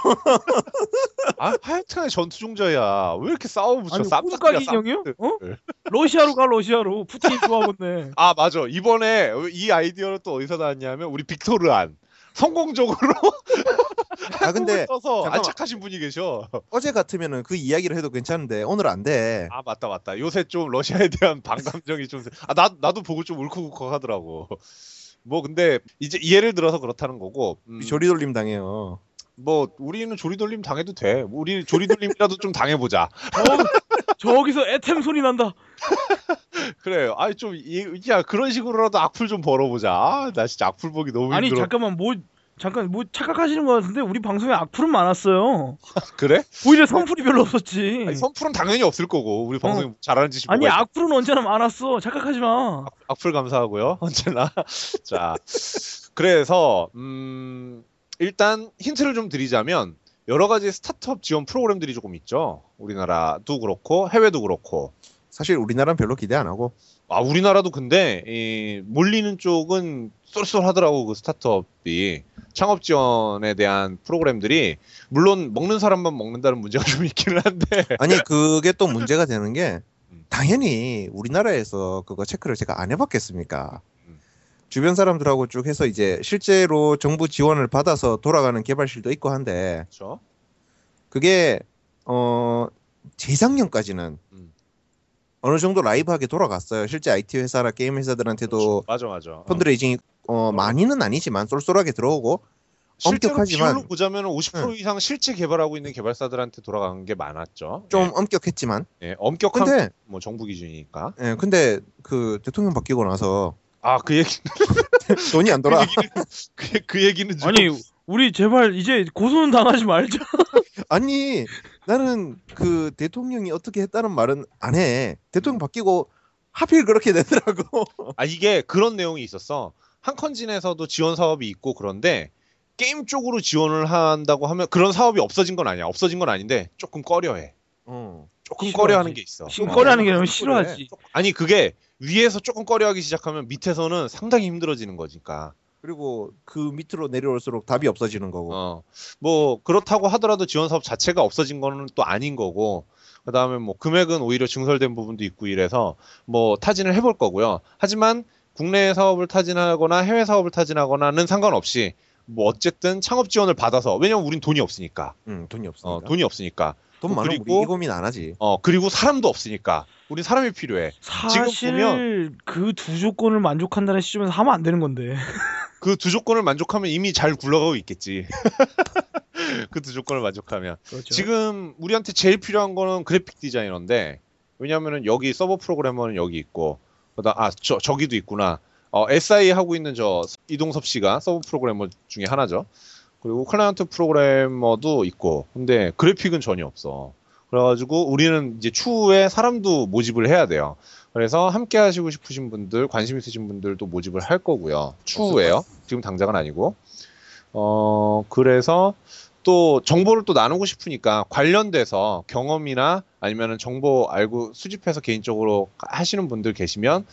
[SPEAKER 3] 아 하여튼에 전투 종자야. 왜 이렇게 싸워 붙여?
[SPEAKER 5] 아니
[SPEAKER 3] 쌈박이야,
[SPEAKER 5] 호두까기
[SPEAKER 3] 쌈-
[SPEAKER 5] 인형이요? 어?
[SPEAKER 3] 네.
[SPEAKER 5] 러시아로 가 러시아로 푸틴 좋아하겠네.
[SPEAKER 3] 아 맞아. 이번에 이 아이디어를 또 어디서 나왔냐면 우리 빅토르안 성공적으로
[SPEAKER 4] 아 근데
[SPEAKER 3] 한국을 떠서
[SPEAKER 4] 잠깐만.
[SPEAKER 3] 안착하신 분이 계셔.
[SPEAKER 4] 어제 같으면은 그 이야기를 해도 괜찮은데 오늘 안
[SPEAKER 5] 네.
[SPEAKER 4] 돼.
[SPEAKER 3] 아 맞다 맞다 요새 좀 러시아에 대한 반감정이 좀아나 나도 보고 좀 울컥울컥하더라고 뭐 근데 이제 예를 들어서 그렇다는 거고 음,
[SPEAKER 4] 조리돌림 당해요.
[SPEAKER 3] 뭐 우리는 조리돌림 당해도 돼 우리 조리돌림이라도 좀 당해보자
[SPEAKER 5] 저, 기서 애템 소리 난다.
[SPEAKER 3] 그래 아좀야 그런 식으로라도 악플 좀 벌어보자 아, 나 진짜 악플 보기 너무
[SPEAKER 5] 아니
[SPEAKER 3] 힘들어
[SPEAKER 5] 잠깐만 뭐 잠깐 뭐 착각하시는 것 같은데 우리 방송에 악플은 많았어요.
[SPEAKER 3] 그래
[SPEAKER 5] 오히려 선풀이 별로 없었지.
[SPEAKER 3] 아니, 선풀은 당연히 없을 거고 우리 방송에 잘하는 짓이
[SPEAKER 5] 음. 어. 아니
[SPEAKER 3] 뭐가 있어. 아,
[SPEAKER 5] 악플은 언제나 많았어. 착각하지 마.
[SPEAKER 3] 악플 감사하고요. 언제나. 자, 그래서 음, 일단 힌트를 좀 드리자면 여러 가지 스타트업 지원 프로그램들이 조금 있죠. 우리나라도 그렇고 해외도 그렇고.
[SPEAKER 4] 사실 우리나라는 별로 기대 안 하고
[SPEAKER 3] 아, 우리나라도 근데 이, 몰리는 쪽은 쏠쏠하더라고 그 스타트업이 창업 지원에 대한 프로그램들이 물론 먹는 사람만 먹는다는 문제가 좀 있기는 한데
[SPEAKER 4] 아니 그게 또 문제가 되는 게
[SPEAKER 3] 음.
[SPEAKER 4] 당연히 우리나라에서 그거 체크를 제가 안 해봤겠습니까?
[SPEAKER 3] 음.
[SPEAKER 4] 주변 사람들하고 쭉 해서 이제 실제로 정부 지원을 받아서 돌아가는 개발실도 있고 한데
[SPEAKER 3] 그렇죠.
[SPEAKER 4] 그게 어 재작년까지는
[SPEAKER 3] 음.
[SPEAKER 4] 어느 정도 라이브하게 돌아갔어요. 실제 IT 회사나 게임 회사들한테도
[SPEAKER 3] 맞아 맞아. 어.
[SPEAKER 4] 펀드레이징이 어, 많이는 아니지만 쏠쏠하게 들어오고
[SPEAKER 3] 실제로
[SPEAKER 4] 엄격하지만- 네.
[SPEAKER 3] 비율로 보자면 50% 이상 실제 개발하고 있는 개발사들한테 돌아간 게 많았죠.
[SPEAKER 4] 좀
[SPEAKER 3] 예,
[SPEAKER 4] 엄격했지만
[SPEAKER 3] 예, 엄격한
[SPEAKER 4] 근데
[SPEAKER 3] 뭐 정부 기준이니까.
[SPEAKER 4] 예, 근데 그 대통령 바뀌고 나서
[SPEAKER 3] 아 그 얘기
[SPEAKER 4] 돈이 안 돌아.
[SPEAKER 3] 그, 그 얘기는 좀
[SPEAKER 5] 아니 우리 제발 이제 고소는 당하지 말자.
[SPEAKER 4] 아니 나는 그 대통령이 어떻게 했다는 말은 안 해. 대통령 바뀌고 하필 그렇게 되더라고.
[SPEAKER 3] 아 이게 그런 내용이 있었어. 한컨진에서도 지원 사업이 있고 그런데 게임 쪽으로 지원을 한다고 하면 그런 사업이 없어진 건 아니야. 없어진 건 아닌데 조금 꺼려해.
[SPEAKER 4] 어.
[SPEAKER 3] 조금
[SPEAKER 5] 싫어하지.
[SPEAKER 3] 꺼려하는 게 있어.
[SPEAKER 5] 지금
[SPEAKER 4] 어,
[SPEAKER 5] 꺼려하는 게 아니라
[SPEAKER 4] 그래.
[SPEAKER 5] 싫어하지.
[SPEAKER 3] 아니 그게 위에서 조금 꺼려하기 시작하면 밑에서는 상당히 힘들어지는 거니까.
[SPEAKER 4] 그리고 그 밑으로 내려올수록 답이 없어지는 거고.
[SPEAKER 3] 어. 뭐 그렇다고 하더라도 지원 사업 자체가 없어진 거는 또 아닌 거고. 그다음에 뭐 금액은 오히려 증설된 부분도 있고 이래서 뭐 타진을 해볼 거고요. 하지만 국내 사업을 타진하거나 해외 사업을 타진하거나는 상관없이 뭐 어쨌든 창업 지원을 받아서 왜냐면 우린 돈이 없으니까.
[SPEAKER 4] 응, 돈이 없으니까.
[SPEAKER 3] 어,
[SPEAKER 4] 돈,
[SPEAKER 3] 돈이 없으니까.
[SPEAKER 4] 많으면
[SPEAKER 3] 그리고-
[SPEAKER 4] 우리 이 고민 안 하지.
[SPEAKER 3] 어, 그리고 사람도 없으니까. 우린 사람이 필요해.
[SPEAKER 5] 사실 그 두 조건을 만족한다는 시점에서 하면 안 되는 건데.
[SPEAKER 3] 그 두 조건을 만족하면 이미 잘 굴러가고 있겠지. 그 두 조건을 만족하면.
[SPEAKER 5] 그렇죠.
[SPEAKER 3] 지금 우리한테 제일 필요한 거는 그래픽 디자이너인데 왜냐면은 여기 서버 프로그래머는 여기 있고 그다음 아저 저기도 있구나 어, SI 하고 있는 저 이동섭 씨가 서버 프로그래머 중에 하나죠 그리고 클라이언트 프로그래머도 있고 근데 그래픽은 전혀 없어 그래가지고 우리는 이제 추후에 사람도 모집을 해야 돼요 그래서 함께 하시고 싶으신 분들 관심 있으신 분들도 모집을 할 거고요 추후에요 지금 당장은 아니고 어 그래서 또 정보를 또 나누고 싶으니까 관련돼서 경험이나 아니면은 정보 알고 수집해서 개인적으로 하시는 분들 계시면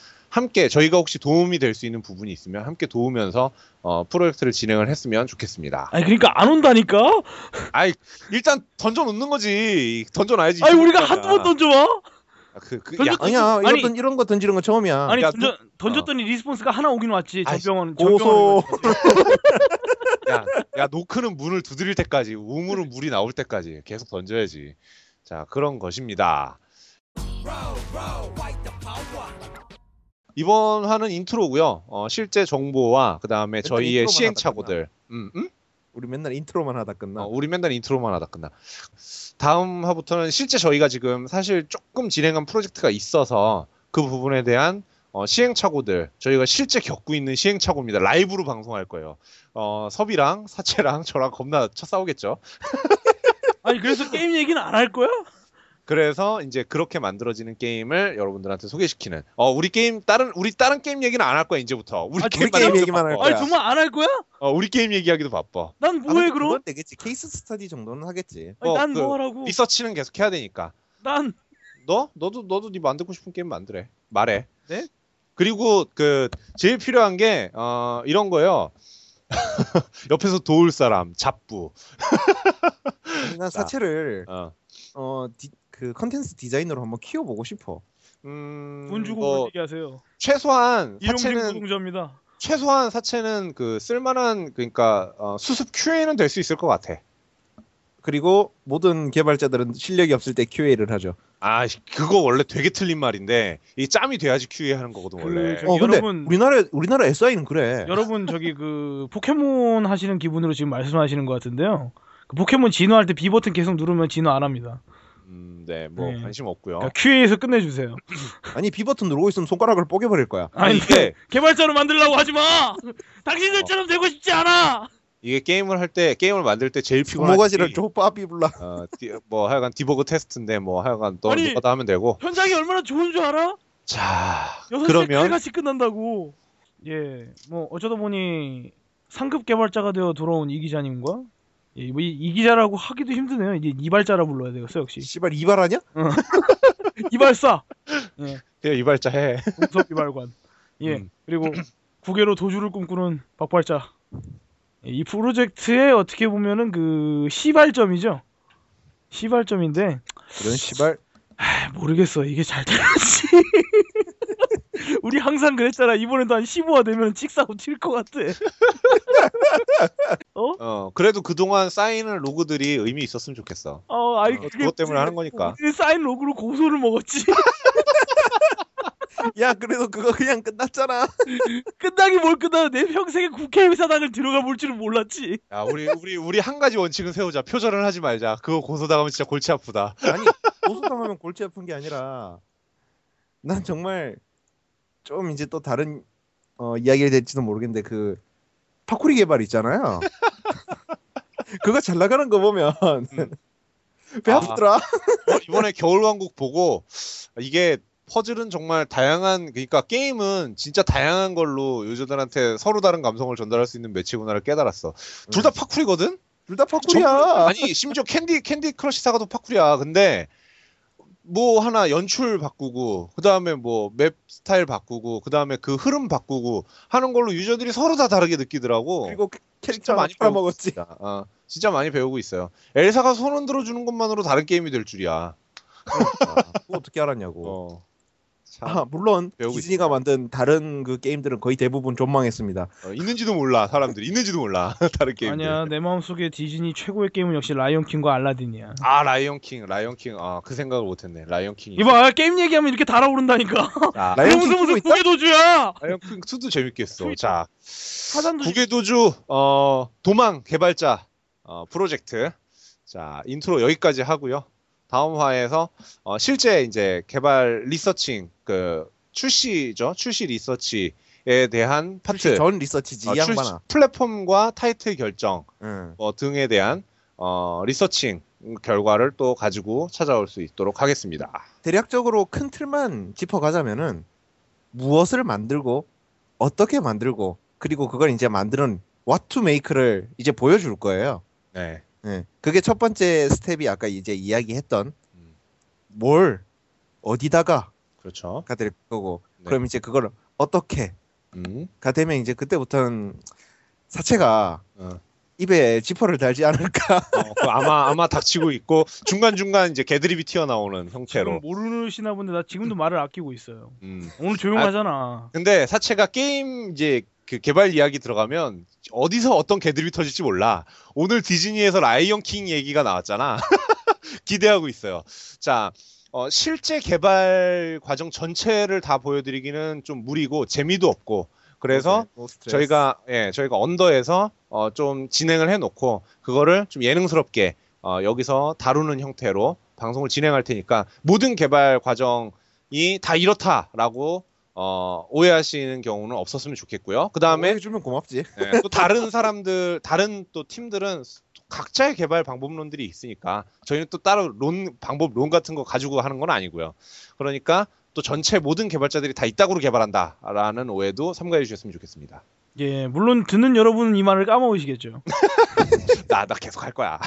[SPEAKER 3] 함께 저희가 혹시 도움이 될 수 있는 부분이 있으면 함께 도우면서 어, 프로젝트를 진행을 했으면 좋겠습니다.
[SPEAKER 5] 아니 그러니까 안 온다니까.
[SPEAKER 3] 아이 일단 던져 놓는 거지 던져 놔야지.
[SPEAKER 5] 아니 우리가 한두 번 던져봐.
[SPEAKER 3] 아, 그, 그,
[SPEAKER 5] 던져-
[SPEAKER 3] 야,
[SPEAKER 4] 아니야,
[SPEAKER 5] 아니-
[SPEAKER 4] 이런 이런 거 던지는 건 처음이야.
[SPEAKER 5] 아니
[SPEAKER 3] 야,
[SPEAKER 5] 던져, 던졌더니 리스폰스가 하나 오긴 왔지.
[SPEAKER 3] 아이씨,
[SPEAKER 5] 전병원
[SPEAKER 4] 고소.
[SPEAKER 3] 야, 야, 노크는 문을 두드릴 때까지 우물은 물이 나올 때까지 계속 던져야지. 자 그런 것입니다. 이번 화는 인트로고요. 어, 실제 정보와 그 다음에
[SPEAKER 4] 일단
[SPEAKER 3] 저희의
[SPEAKER 4] 인트로만
[SPEAKER 3] 시행착오들. 음, 음?
[SPEAKER 4] 우리 맨날 인트로만 하다 끝나.
[SPEAKER 3] 어, 우리 맨날 인트로만 하다 끝나. 다음 화부터는 실제 저희가 지금 사실 조금 진행한 프로젝트가 있어서 그 부분에 대한 어, 시행착오들 저희가 실제 겪고 있는 시행착오입니다. 라이브로 방송할 거예요. 어, 섭이랑 사채랑 저랑 겁나 쳐 싸우겠죠.
[SPEAKER 5] 아니 그래서 게임 얘기는 안 할 거야?
[SPEAKER 3] 그래서 이제 그렇게 만들어지는 게임을 여러분들한테 소개시키는. 어, 우리 게임 다른 우리 다른 게임 얘기는 안 할 거야 이제부터. 우리
[SPEAKER 5] 아,
[SPEAKER 3] 게임
[SPEAKER 4] 우리 게임
[SPEAKER 3] 만들기도
[SPEAKER 4] 얘기만 할
[SPEAKER 3] 바빠.
[SPEAKER 4] 거야.
[SPEAKER 5] 아니 정말 안 할 거야?
[SPEAKER 3] 어, 우리 게임 얘기하기도 바빠.
[SPEAKER 5] 난 뭐해 그럼?
[SPEAKER 4] 그건 되겠지. 케이스 스터디 정도는 하겠지.
[SPEAKER 5] 아니,
[SPEAKER 3] 어,
[SPEAKER 5] 난
[SPEAKER 3] 그-
[SPEAKER 5] 뭐 하라고?
[SPEAKER 3] 리서치는 계속 해야 되니까.
[SPEAKER 5] 난
[SPEAKER 3] 너 너도 너도 네 만들고 싶은 게임 만들래. 말해.
[SPEAKER 4] 네?
[SPEAKER 3] 그리고 그 제일 필요한 게 어, 이런 거예요. 옆에서 도울 사람, 잡부.
[SPEAKER 4] 아니, 난 그러니까 사체를
[SPEAKER 3] 어.
[SPEAKER 4] 어그 컨텐츠 디자이너로 한번 키워보고 싶어.
[SPEAKER 3] 음,
[SPEAKER 5] 돈 주고
[SPEAKER 3] 뭐
[SPEAKER 5] 뭐... 얘기하세요.
[SPEAKER 3] 최소한
[SPEAKER 5] 이용진
[SPEAKER 3] 사채는
[SPEAKER 5] 노동자입니다.
[SPEAKER 3] 최소한 사채는 그 쓸만한 그러니까 어, 수습 QA는 될 수 있을 것 같아.
[SPEAKER 4] 그리고 모든 개발자들은 실력이 없을 때 QA를 하죠.
[SPEAKER 3] 아 그거 원래 되게 틀린 말인데 이 짬이 돼야지 QA 하는 거거든
[SPEAKER 5] 그
[SPEAKER 3] 원래.
[SPEAKER 5] 저-
[SPEAKER 4] 어 근데
[SPEAKER 5] 여러분-
[SPEAKER 4] 우리나라 우리나라 SI는 그래.
[SPEAKER 5] 여러분 저기 그 포켓몬 하시는 기분으로 지금 말씀하시는 것 같은데요. 그 포켓몬 진화할 때 B 버튼 계속 누르면 진화 안 합니다.
[SPEAKER 3] 음, 네, 뭐
[SPEAKER 5] 네.
[SPEAKER 3] 관심 없고요.
[SPEAKER 5] 그러니까 QA에서 끝내주세요.
[SPEAKER 4] 아니 B 버튼 누르고 있으면 손가락을 뽀개버릴 거야.
[SPEAKER 3] 아니
[SPEAKER 5] 아니
[SPEAKER 3] 이게
[SPEAKER 5] 개발자로 만들려고 하지 마. 당신들처럼 되고 싶지 않아.
[SPEAKER 3] 이게 게임을 할 때 게임을 만들 때
[SPEAKER 5] 뭐
[SPEAKER 3] 제일 피곤한
[SPEAKER 4] 뭐 모가지를 조빠비 불라.
[SPEAKER 3] 어, 디- 뭐 하여간 디버그 테스트인데 뭐 하여간 너
[SPEAKER 5] 아니.
[SPEAKER 3] 누가 다 하면 되고
[SPEAKER 5] 현장이 얼마나 좋은 줄 알아?
[SPEAKER 3] 자
[SPEAKER 5] 6시에
[SPEAKER 3] 그러면
[SPEAKER 5] 칼같이 끝난다고. 예, 뭐 어쩌다 보니 상급 개발자가 되어 돌아온 이 기자님과 예, 뭐이 이 기자라고 하기도 힘드네요. 이제 이발자라 불러야 되겠어 역시.
[SPEAKER 4] 씨발 이발하냐?
[SPEAKER 5] 이발사.
[SPEAKER 3] 그냥 이발자 해
[SPEAKER 5] 공섭 이발관. 예.
[SPEAKER 3] 음.
[SPEAKER 5] 그리고 국외로 도주를 꿈꾸는 박발자. 예, 이 프로젝트의 어떻게 보면은 그 시발점이죠. 시발점인데
[SPEAKER 4] 그런 씨발
[SPEAKER 5] 아, 모르겠어. 이게 잘 될지. 우리 항상 그랬잖아. 이번에도 한 15화 되면 찍사고 튈 것 같아.
[SPEAKER 3] 어 그래도 그동안 쌓이는 로그들이 의미 있었으면 좋겠어
[SPEAKER 5] 어, 아니
[SPEAKER 3] 그것 때문에 하는 거니까.
[SPEAKER 5] 우리는 사인 로그로 고소를 먹었지.
[SPEAKER 4] 야 그래서 그거 그냥 끝났잖아.
[SPEAKER 5] 끝나기 뭘 끝나 내 평생에 국회의사당을 들어가 볼 줄은 몰랐지.
[SPEAKER 3] 야, 우리 우리 우리 한 가지 원칙은 세우자. 표절은 하지 말자. 그거 고소당하면 진짜 골치 아프다.
[SPEAKER 4] 아니 고소당하면 골치 아픈 게 아니라 난 정말 좀 이제 또 다른 어, 이야기가 될지도 모르겠는데 그 파쿠리 개발 있잖아요. 그거 잘 나가는 거 보면
[SPEAKER 3] 음.
[SPEAKER 4] 배
[SPEAKER 3] 아.
[SPEAKER 4] 아프더라.
[SPEAKER 3] 어, 이번에 겨울왕국 보고 이게 퍼즐은 정말 다양한 그러니까 게임은 진짜 다양한 걸로 유저들한테 서로 다른 감성을 전달할 수 있는 매치구나를 깨달았어. 둘 다 파쿠리거든.
[SPEAKER 4] 둘 다 파쿠리야.
[SPEAKER 3] 정말- 아니 심지어 캔디 캔디 크러쉬 사가도 파쿠리야. 근데 뭐 하나 연출 바꾸고 그 다음에 뭐 맵 스타일 바꾸고 그 다음에 그 흐름 바꾸고 하는 걸로 유저들이 서로 다 다르게 느끼더라고.
[SPEAKER 4] 그리고
[SPEAKER 3] 진짜
[SPEAKER 4] 캐릭터
[SPEAKER 3] 많이
[SPEAKER 4] 많이 팔아먹었지.
[SPEAKER 3] 배우고 있습니다. 어, 진짜 많이 배우고 있어요. 엘사가 손 흔들어 주는 것만으로 다른 게임이 될 줄이야.
[SPEAKER 4] 그거 어떻게 알았냐고.
[SPEAKER 3] 어. 참,
[SPEAKER 4] 아, 물론
[SPEAKER 3] 배우고
[SPEAKER 4] 디즈니가
[SPEAKER 3] 있습니다.
[SPEAKER 4] 만든 다른 그 게임들은 거의 대부분 존망했습니다.
[SPEAKER 3] 어, 있는지도 몰라 사람들이 있는지도 몰라 다른 게임들.
[SPEAKER 5] 아니야 내 마음속에 디즈니 최고의 게임은 역시 라이온 킹과 알라딘이야.
[SPEAKER 3] 아 라이언 킹, 라이언 킹. 아 그 생각을 못했네. 라이언 킹.
[SPEAKER 5] 이봐 게임 얘기하면 이렇게 달아오른다니까.
[SPEAKER 3] 자,
[SPEAKER 4] 라이언
[SPEAKER 5] 무슨
[SPEAKER 4] 킹
[SPEAKER 5] 무슨
[SPEAKER 4] 있다?
[SPEAKER 5] 고개 도주야.
[SPEAKER 3] 라이언 킹 2도 재밌겠어. 자,
[SPEAKER 5] 사단도
[SPEAKER 3] 구개도주 어, 도망 개발자 어, 프로젝트. 자 인트로 여기까지 하고요. 다음 화에서 어, 실제 이제 개발 리서칭 그 출시죠 출시 리서치에 대한 파트
[SPEAKER 4] 전 리서치지
[SPEAKER 3] 어,
[SPEAKER 4] 이 양반아.
[SPEAKER 3] 플랫폼과 타이틀 결정
[SPEAKER 4] 응.
[SPEAKER 3] 뭐 등에 대한 어, 리서칭 결과를 또 가지고 찾아올 수 있도록 하겠습니다.
[SPEAKER 4] 대략적으로 큰 틀만 짚어가자면은 무엇을 만들고 어떻게 만들고 그리고 그걸 이제 만드는 what to make를 이제 보여줄 거예요.
[SPEAKER 3] 네.
[SPEAKER 4] 예. 그게 첫 번째 스텝이 아까 이제 이야기했던
[SPEAKER 3] 음.
[SPEAKER 4] 뭘 어디다가가
[SPEAKER 3] 그렇죠.
[SPEAKER 4] 될 거고
[SPEAKER 3] 네.
[SPEAKER 4] 그럼 이제 그걸 어떻게가
[SPEAKER 3] 음.
[SPEAKER 4] 되면 이제 그때부터는 사체가
[SPEAKER 3] 어.
[SPEAKER 4] 입에 지퍼를 달지 않을까.
[SPEAKER 3] 어, 그 아마 아마 닥치고 있고 중간 중간 이제 개드립이 튀어나오는
[SPEAKER 5] 지금
[SPEAKER 3] 형태로.
[SPEAKER 5] 모르시나 본데 나 지금도 말을 아끼고 있어요.
[SPEAKER 3] 음.
[SPEAKER 5] 오늘 조용하잖아.
[SPEAKER 3] 근데 사체가 게임 이제 그 개발 이야기 들어가면 어디서 어떤 개드립이 터질지 몰라. 오늘 디즈니에서 라이언 킹 얘기가 나왔잖아. 기대하고 있어요. 자, 어, 실제 개발 과정 전체를 다 보여드리기는 좀 무리고 재미도 없고 그래서
[SPEAKER 5] 네,
[SPEAKER 3] 저희가 예 저희가 언더에서 어, 좀 진행을 해놓고 그거를 좀 예능스럽게 어, 여기서 다루는 형태로 방송을 진행할 테니까 모든 개발 과정이 다 이렇다라고 어, 오해하시는 경우는 없었으면 좋겠고요. 그 다음에
[SPEAKER 4] 어,
[SPEAKER 3] 예,
[SPEAKER 4] 해주면 고맙지.
[SPEAKER 3] 또 다른 사람들 다른 또 팀들은 각자의 개발 방법론들이 있으니까 저희는 또 따로 론 방법론 같은 거 가지고 하는 건 아니고요. 그러니까 또 전체 모든 개발자들이 다 이따구로 개발한다라는 오해도 삼가해 주셨으면 좋겠습니다.
[SPEAKER 5] 예 물론 듣는 여러분은 이 말을 까먹으시겠죠.
[SPEAKER 3] 나, 나 계속 할 거야.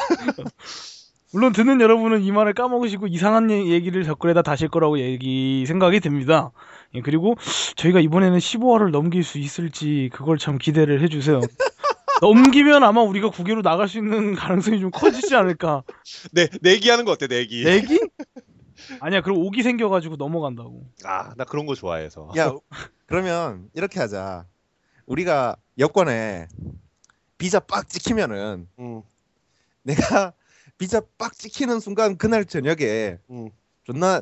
[SPEAKER 5] 물론 듣는 여러분은 이 말을 까먹으시고 이상한 얘- 얘기를 댓글에다 다실 거라고 얘기 생각이 됩니다. 예, 그리고 저희가 이번에는 15화를 넘길 수 있을지 그걸 참 기대를 해주세요. 넘기면 아마 우리가 국외로 나갈 수 있는 가능성이 좀 커지지 않을까.
[SPEAKER 3] 내, 내기하는 거 어때, 내기?
[SPEAKER 5] 내기? 아니야, 그럼 옥이 생겨가지고 넘어간다고.
[SPEAKER 3] 아, 나 그런 거 좋아해서.
[SPEAKER 4] 야 그러면 이렇게 하자. 우리가 여권에 비자 빡 찍히면은
[SPEAKER 3] 음,
[SPEAKER 4] 내가 비자 빡 찍히는 순간 그날 저녁에
[SPEAKER 3] 음.
[SPEAKER 4] 존나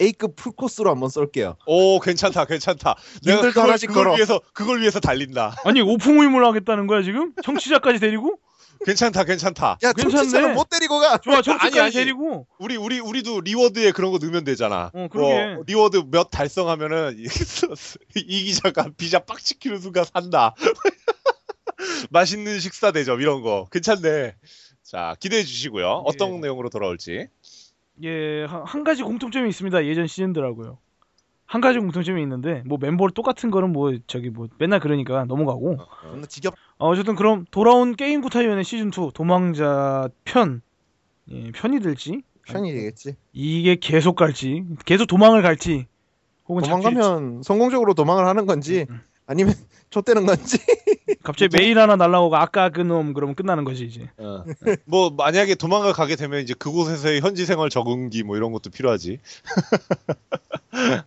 [SPEAKER 4] A급 풀코스로 한번 쏠게요.
[SPEAKER 3] 오, 괜찮다, 괜찮다. 내가
[SPEAKER 4] 님들도
[SPEAKER 3] 그걸,
[SPEAKER 4] 하나씩
[SPEAKER 3] 그걸
[SPEAKER 4] 걸어.
[SPEAKER 3] 위해서, 그걸 위해서 달린다.
[SPEAKER 5] 아니, 오풍우임을 하겠다는 거야, 지금? 청취자까지 데리고?
[SPEAKER 3] 괜찮다, 괜찮다.
[SPEAKER 4] 야
[SPEAKER 5] 괜찮네.
[SPEAKER 4] 청취자는 못 데리고 가.
[SPEAKER 5] 좋아,
[SPEAKER 3] 아니, 아니.
[SPEAKER 5] 청취자까지 데리고?
[SPEAKER 3] 우리, 우리, 우리도 리워드에 그런 거 넣으면 되잖아.
[SPEAKER 5] 어, 그러게.
[SPEAKER 3] 뭐, 리워드 몇 달성하면은, 이- 이 기자가 비자 빡 찍히는 순간 산다. 맛있는 식사 대접, 이런 거. 괜찮네. 자, 기대해 주시고요.
[SPEAKER 5] 예.
[SPEAKER 3] 어떤 내용으로 돌아올지.
[SPEAKER 5] 예, 한, 한 가지 공통점이 있습니다. 예전 시즌들하고요. 한 가지 공통점이 있는데 뭐 멤버를 똑같은 거는 뭐 저기 뭐 맨날 그러니까 넘어가고
[SPEAKER 4] 존나 지겹.
[SPEAKER 5] 어, 어쨌든 그럼 돌아온 게임 구타위원회 시즌 2 도망자 편 예, 편이 될지
[SPEAKER 4] 편이 되겠지.
[SPEAKER 5] 이게 계속 갈지 계속 도망을 갈지 혹은 잡힐지,
[SPEAKER 4] 도망가면 성공적으로 도망을 하는 건지
[SPEAKER 5] 음.
[SPEAKER 4] 아니면 좆되는 건지.
[SPEAKER 5] 갑자기 메일 하나 날라오고 아까 그놈 그러면 끝나는 거지 이제
[SPEAKER 3] 뭐 만약에 도망을 가게 되면 이제 그곳에서의 현지 생활 적응기 뭐 이런 것도 필요하지.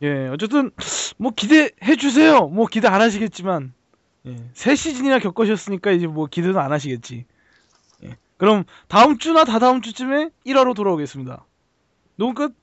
[SPEAKER 5] 예 어쨌든 뭐 기대해 주세요 뭐 기대 안 하시겠지만 예, 새 시즌이나 겪으셨으니까 이제 뭐 기대는 안 하시겠지 예, 그럼 다음 주나 다다음 주쯤에 1화로 돌아오겠습니다 녹음 끝